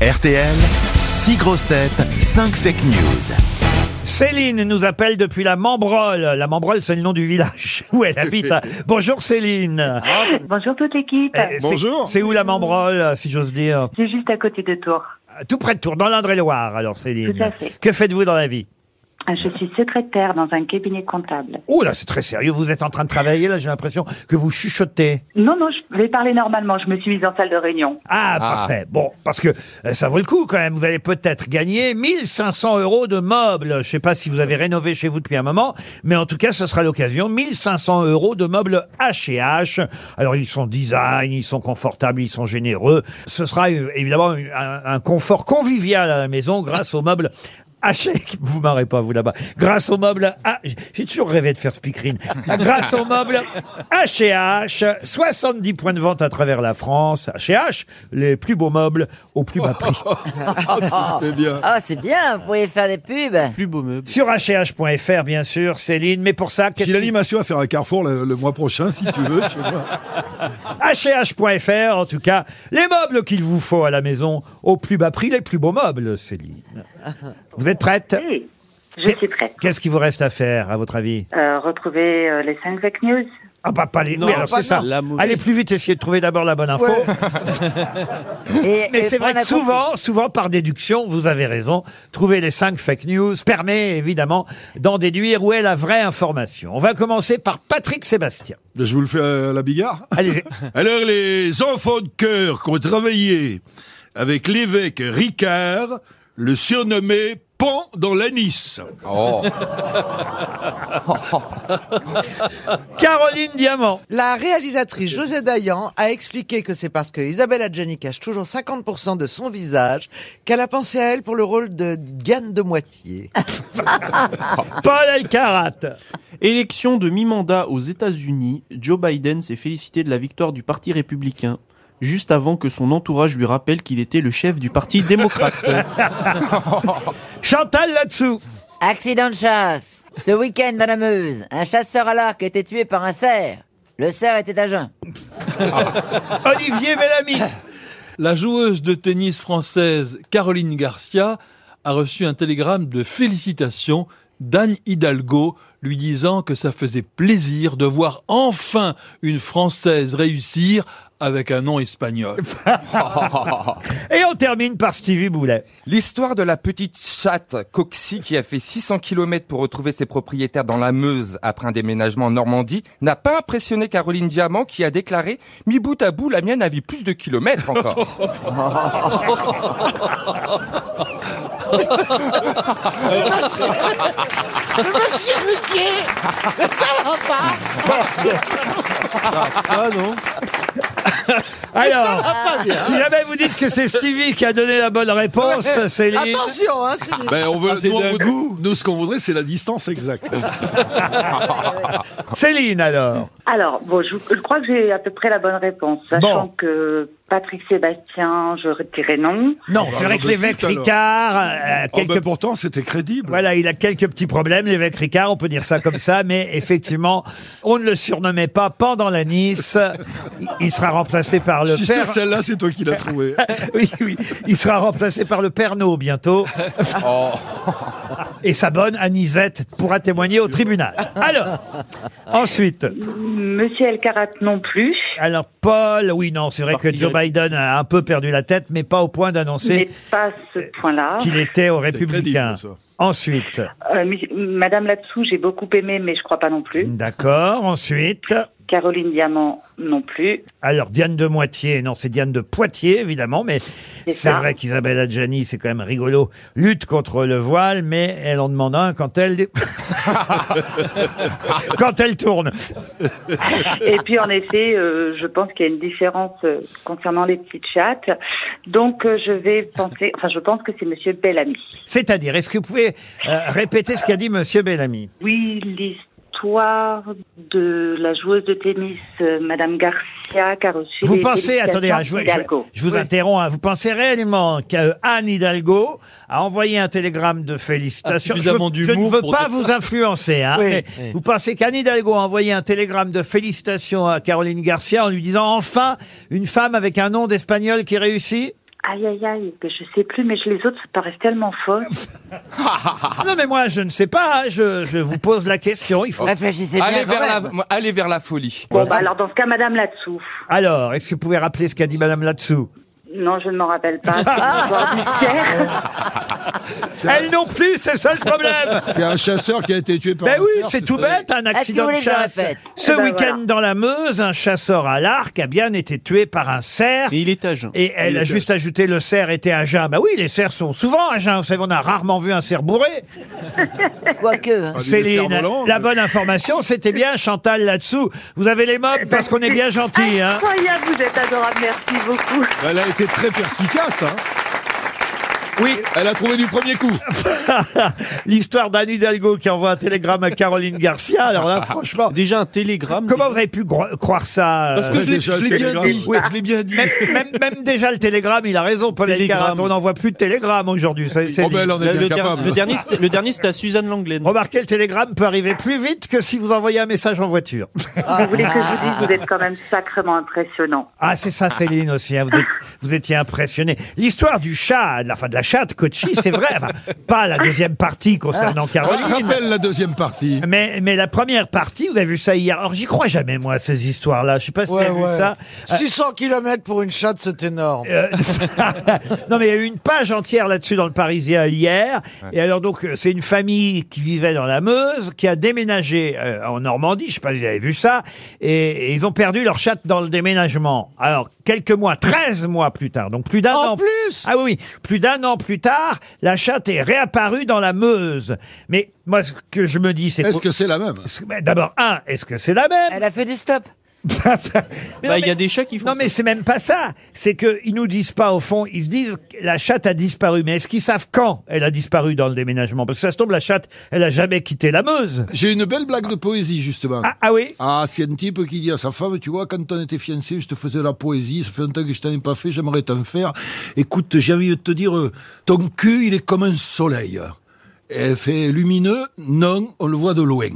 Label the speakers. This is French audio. Speaker 1: RTL, 6 grosses têtes, 5 fake news.
Speaker 2: Céline nous appelle depuis la Membrolle. La Membrolle, c'est le nom du village où elle habite. Bonjour Céline.
Speaker 3: Bonjour toute l'équipe.
Speaker 2: Eh, c'est-
Speaker 4: Bonjour.
Speaker 2: C'est où la Membrolle, si j'ose dire
Speaker 3: C'est juste à côté de Tours.
Speaker 2: Tout près de Tours, dans l'Indre-et-Loire, alors Céline.
Speaker 3: Tout à fait.
Speaker 2: Que faites-vous dans la vie
Speaker 3: Je suis secrétaire dans un cabinet comptable.
Speaker 2: Oh là, c'est très sérieux. Vous êtes en train de travailler, là, j'ai l'impression que vous chuchotez.
Speaker 3: Non, non, je vais parler normalement. Je me suis mise en salle de réunion.
Speaker 2: Ah, parfait. Bon, parce que euh, ça vaut le coup quand même. Vous allez peut-être gagner 1500 euros de meubles. Je ne sais pas si vous avez rénové chez vous depuis un moment, mais en tout cas, ce sera l'occasion. 1500 euros de meubles H&H. Alors, ils sont design, ils sont confortables, ils sont généreux. Ce sera euh, évidemment une- un, un confort convivial à la maison grâce aux meubles H&H. Vous marrez pas, vous, là-bas. Grâce aux meubles H... J'ai toujours rêvé de faire speakerine. Grâce aux meubles H&H, 70 points de vente à travers la France. H&H, les plus beaux meubles au plus bas prix.
Speaker 4: C'est bien.
Speaker 5: Oh, c'est bien, vous pouvez faire des pubs.
Speaker 2: Sur H&H.fr, bien sûr, Céline. Mais pour ça, qu'est-ce
Speaker 4: J'ai l'animation à faire à Carrefour le, le mois prochain, si tu veux. tu vois.
Speaker 2: H&H.fr, en tout cas, les meubles qu'il vous faut à la maison au plus bas prix, les plus beaux meubles, Céline. Vous êtes prête
Speaker 3: Oui, je suis prête.
Speaker 2: Qu'est-ce qu'il vous reste à faire, à votre avis
Speaker 3: Euh, retrouver euh, les 5 fake news.
Speaker 2: Ah bah pas les... oui, alors c'est ça. Allez plus vite, essayez de trouver d'abord la bonne info.
Speaker 5: Et,
Speaker 2: Mais
Speaker 5: et
Speaker 2: c'est vrai
Speaker 5: prendre
Speaker 2: que
Speaker 5: un compte-
Speaker 2: souvent, souvent par déduction, vous avez raison, trouver les cinq fake news permet évidemment d'en déduire où est la vraie information. On va commencer par Patrick Sébastien.
Speaker 4: Ben, Je vous le fais à la bigarre.
Speaker 2: Allez,
Speaker 4: Alors, les enfants de cœur qui ont travaillé avec l'évêque Ricard, le surnommé Pan dans l'anis.
Speaker 2: Caroline Diamant.
Speaker 6: La réalisatrice José Dayan a expliqué que c'est parce que Isabelle Adjani cache toujours 50% de son visage qu'elle a pensé à elle pour le rôle de Diane de Moitié.
Speaker 2: Paul Alcarat.
Speaker 7: Élection de mi-mandat aux États-Unis, Joe Biden s'est félicité de la victoire du Parti républicain, juste avant que son entourage lui rappelle qu'il était le chef du Parti démocrate.
Speaker 2: Chantal là-dessous.
Speaker 5: Accident de chasse. Ce week-end dans la Meuse, un chasseur à l'arc a été tué par un cerf. Le cerf était à jeun.
Speaker 2: Olivier Bellamy.
Speaker 8: La joueuse de tennis française Caroline Garcia a reçu un télégramme de félicitations d'Anne Hidalgo lui disant que ça faisait plaisir de voir enfin une Française réussir avec un nom espagnol.
Speaker 2: Et on termine par Stevie Boulet.
Speaker 9: L'histoire de la petite chatte Coxie qui a fait 600 km pour retrouver ses propriétaires dans la Meuse après un déménagement en Normandie n'a pas impressionné Caroline Diamant qui a déclaré « Mi bout à bout, la mienne avait plus de kilomètres encore
Speaker 2: Alors, si jamais vous dites que c'est Stevie qui a donné la bonne réponse, Céline.
Speaker 6: Attention, hein, c'est-
Speaker 4: Ben, on veut,
Speaker 8: c'est
Speaker 4: nous, on
Speaker 8: dingue.
Speaker 4: veut- nous, nous, ce qu'on voudrait, c'est la distance exacte.
Speaker 2: Céline alors.
Speaker 3: Alors, bon, je, je crois que j'ai à peu près la bonne réponse. Sachant que Patrick Sébastien, je retirais non.
Speaker 2: Non, c'est vrai que l'évêque
Speaker 4: Tout à l'heure.
Speaker 2: Ricard a
Speaker 4: Oh, ben,
Speaker 2: quelques
Speaker 4: pourtant, c'était crédible.
Speaker 2: Voilà, il a quelques petits problèmes, l'évêque Ricard, on peut dire ça comme ça, mais effectivement, on ne le surnommait pas pendant la Nice. Il sera remplacé par le
Speaker 4: Je suis sûr
Speaker 2: père.
Speaker 4: que celle-là, c'est toi qui l'as trouvée.
Speaker 2: Oui, oui. Il sera remplacé par le Pernod bientôt.
Speaker 4: Oh.
Speaker 2: Et sa bonne Anisette pourra témoigner au tribunal. Alors, ensuite,
Speaker 3: Monsieur Elkarat non plus.
Speaker 2: alors Paul, oui, non, c'est vrai que
Speaker 7: Parti
Speaker 2: Joe Biden a un peu perdu la tête, mais pas au point
Speaker 3: Mais
Speaker 2: d'annoncer
Speaker 3: pas à ce point-là.
Speaker 2: euh, qu'il était aux
Speaker 4: C'était
Speaker 2: Républicains.
Speaker 4: crédible, ça.
Speaker 2: Ensuite,
Speaker 3: Euh, mi- Madame Latsou, j'ai beaucoup aimé, mais je crois pas non
Speaker 2: Mm.
Speaker 3: plus.
Speaker 2: d'accord, ensuite.
Speaker 3: Caroline Diamant non plus.
Speaker 2: Alors, Diane de Moitié, non, c'est Diane de Poitiers, évidemment, mais
Speaker 3: C'est
Speaker 2: c'est
Speaker 3: ça.
Speaker 2: vrai qu'Isabelle Adjani, c'est quand même rigolo, lutte contre le voile, mais elle en demande un quand elle... quand elle tourne.
Speaker 3: Et puis en effet, euh, je pense qu'il y a une différence euh, concernant les petites chattes. Donc euh, je vais penser, enfin je pense que c'est Monsieur Bellamy.
Speaker 2: C'est-à-dire, est-ce que vous pouvez euh, répéter ce qu'a dit Monsieur Bellamy
Speaker 3: Oui, l'histoire de la joueuse de tennis euh, Madame Garcia qui a reçu.
Speaker 2: Vous
Speaker 3: les
Speaker 2: pensez,
Speaker 3: félicitations
Speaker 2: attendez, hein, je, je-
Speaker 3: d'Hidalgo.
Speaker 2: je vous
Speaker 6: Oui.
Speaker 2: interromps, hein, vous pensez réellement qu'Anne Hidalgo a envoyé un télégramme de félicitations
Speaker 8: Ah,
Speaker 2: Je,
Speaker 8: suffisamment
Speaker 2: je ne
Speaker 8: d'humour
Speaker 2: veux
Speaker 8: pour
Speaker 2: pas
Speaker 8: dire
Speaker 2: vous influencer, hein,
Speaker 6: Oui.
Speaker 2: mais vous pensez qu'Anne Hidalgo a envoyé un télégramme de félicitations à Caroline Garcia en lui disant enfin une femme avec un nom d'espagnol qui réussit
Speaker 3: Aïe, aïe, aïe, que je sais plus, mais je- les autres, ça paraissent tellement fausses.
Speaker 8: Ah.
Speaker 2: Non, mais moi, je ne sais pas. hein, Je, je vous pose la question.
Speaker 4: Oh.
Speaker 2: Il faut...
Speaker 8: Oh.
Speaker 5: Réfléchissez bien.
Speaker 9: Allez
Speaker 5: quand
Speaker 9: vers,
Speaker 5: même.
Speaker 9: la, allez vers la folie.
Speaker 3: Bon, bah, alors, dans ce cas, Madame là-dessous.
Speaker 2: Alors, est-ce que vous pouvez rappeler ce qu'a dit Madame là-dessous
Speaker 3: Non, je ne m'en rappelle pas. C'est une histoire
Speaker 2: Ah,
Speaker 3: d'hier.
Speaker 2: Elle non plus, c'est ça le problème
Speaker 4: C'est un chasseur qui a été tué par
Speaker 2: Ben
Speaker 4: un
Speaker 2: oui,
Speaker 4: cerf,
Speaker 2: c'est tout
Speaker 4: ça.
Speaker 2: bête, un
Speaker 5: que vous
Speaker 2: accident de
Speaker 5: voulez que je
Speaker 2: chasse.
Speaker 5: répète
Speaker 2: Ce
Speaker 3: Eh ben,
Speaker 2: week-end
Speaker 3: voilà.
Speaker 2: dans la Meuse, un chasseur à l'arc a bien été tué par un cerf.
Speaker 7: Et il est à jeun.
Speaker 2: Et elle a juste ajouté le cerf était à jeun. Bah oui, les cerfs sont souvent à jeun. Vous savez, on a rarement vu un cerf bourré.
Speaker 5: Quoique. hein.
Speaker 4: Ah, des
Speaker 2: Céline,
Speaker 4: cerfs-volants,
Speaker 2: la
Speaker 4: euh.
Speaker 2: bonne information, c'était bien Chantal là-dessous. Vous avez les mobs parce qu'on est bien gentil. Hein.
Speaker 3: Incroyable, vous êtes adorable, merci beaucoup.
Speaker 4: Elle a été très perspicace. Hein.
Speaker 2: Oui.
Speaker 4: Elle a trouvé du premier coup.
Speaker 8: Ah,
Speaker 2: L'histoire d'Anne Hidalgo qui envoie un télégramme à Caroline Garcia. Alors là, franchement,
Speaker 7: Déjà un télégramme.
Speaker 2: comment vous avez pu gro- croire ça euh,
Speaker 8: Parce que je l'ai-
Speaker 4: déjà,
Speaker 8: je l'ai bien
Speaker 4: télégramme.
Speaker 8: dit. Je l'ai bien dit.
Speaker 2: même, même- même déjà le télégramme, il a raison, Paul
Speaker 7: Télégramme.
Speaker 2: Elkarat. On n'envoie plus de télégramme aujourd'hui. Ça, c'est
Speaker 4: Oh, ben, elle en est
Speaker 7: Le,
Speaker 4: bien
Speaker 7: le der-
Speaker 4: capable.
Speaker 7: le dernier, c'était- le dernier, c'était à Suzanne Langlaine.
Speaker 2: Remarquez, le télégramme peut arriver plus vite que si vous envoyez un message en voiture.
Speaker 3: Vous voulez que je vous dise, vous êtes quand même sacrément impressionnant.
Speaker 2: Ah, c'est ça, Céline aussi. hein. Vous, êtes- vous étiez impressionné. L'histoire du chat, de la, enfin de la chatte Kochi, c'est vrai. Enfin, pas la deuxième partie concernant Caroline.
Speaker 4: Rappelle la deuxième partie.
Speaker 2: Mais, mais la première partie, vous avez vu ça hier. Alors, j'y crois jamais, moi, à ces histoires-là. Je sais pas si vous
Speaker 6: Ouais,
Speaker 2: avez vu
Speaker 6: ouais.
Speaker 2: ça.
Speaker 6: 600 km pour une chatte, c'est énorme.
Speaker 2: Euh, non, mais il y a eu une page entière là-dessus dans le Parisien hier. Et alors, donc, euh, c'est une famille qui vivait dans la Meuse, qui a déménagé euh, en Normandie. Je sais pas si vous avez vu ça. Et, et ils ont perdu leur chatte dans le déménagement. Alors, quelques mois, 13 mois plus tard, donc plus d'un
Speaker 6: En
Speaker 2: an.
Speaker 6: plus
Speaker 2: Ah oui, oui, plus d'un an plus tard, la chatte est réapparue dans la Meuse. Mais moi, ce que je me dis, c'est
Speaker 4: Est-ce que c'est la même
Speaker 2: D'abord, un, est-ce que c'est la même
Speaker 5: Elle a fait du stop.
Speaker 2: Mais
Speaker 7: Bah,
Speaker 2: non,
Speaker 7: il y
Speaker 2: mais-
Speaker 7: a des chats qui font.
Speaker 2: non mais c'est même pas ça. C'est qu'ils nous disent pas au fond. Ils se disent que la chatte a disparu. Mais est-ce qu'ils savent quand elle a disparu dans le déménagement Parce que ça se tombe, la chatte, elle a jamais quitté la Meuse.
Speaker 4: J'ai une belle blague de poésie, justement.
Speaker 2: Ah, ah oui
Speaker 4: Ah, c'est un type qui dit à sa femme, tu vois, quand on était fiancés, je te faisais la poésie, ça fait longtemps que je t'en ai pas fait, j'aimerais t'en faire. Écoute, j'ai envie de te dire, euh, ton cul, il est comme un soleil. Et elle fait lumineux, non, on le voit de loin.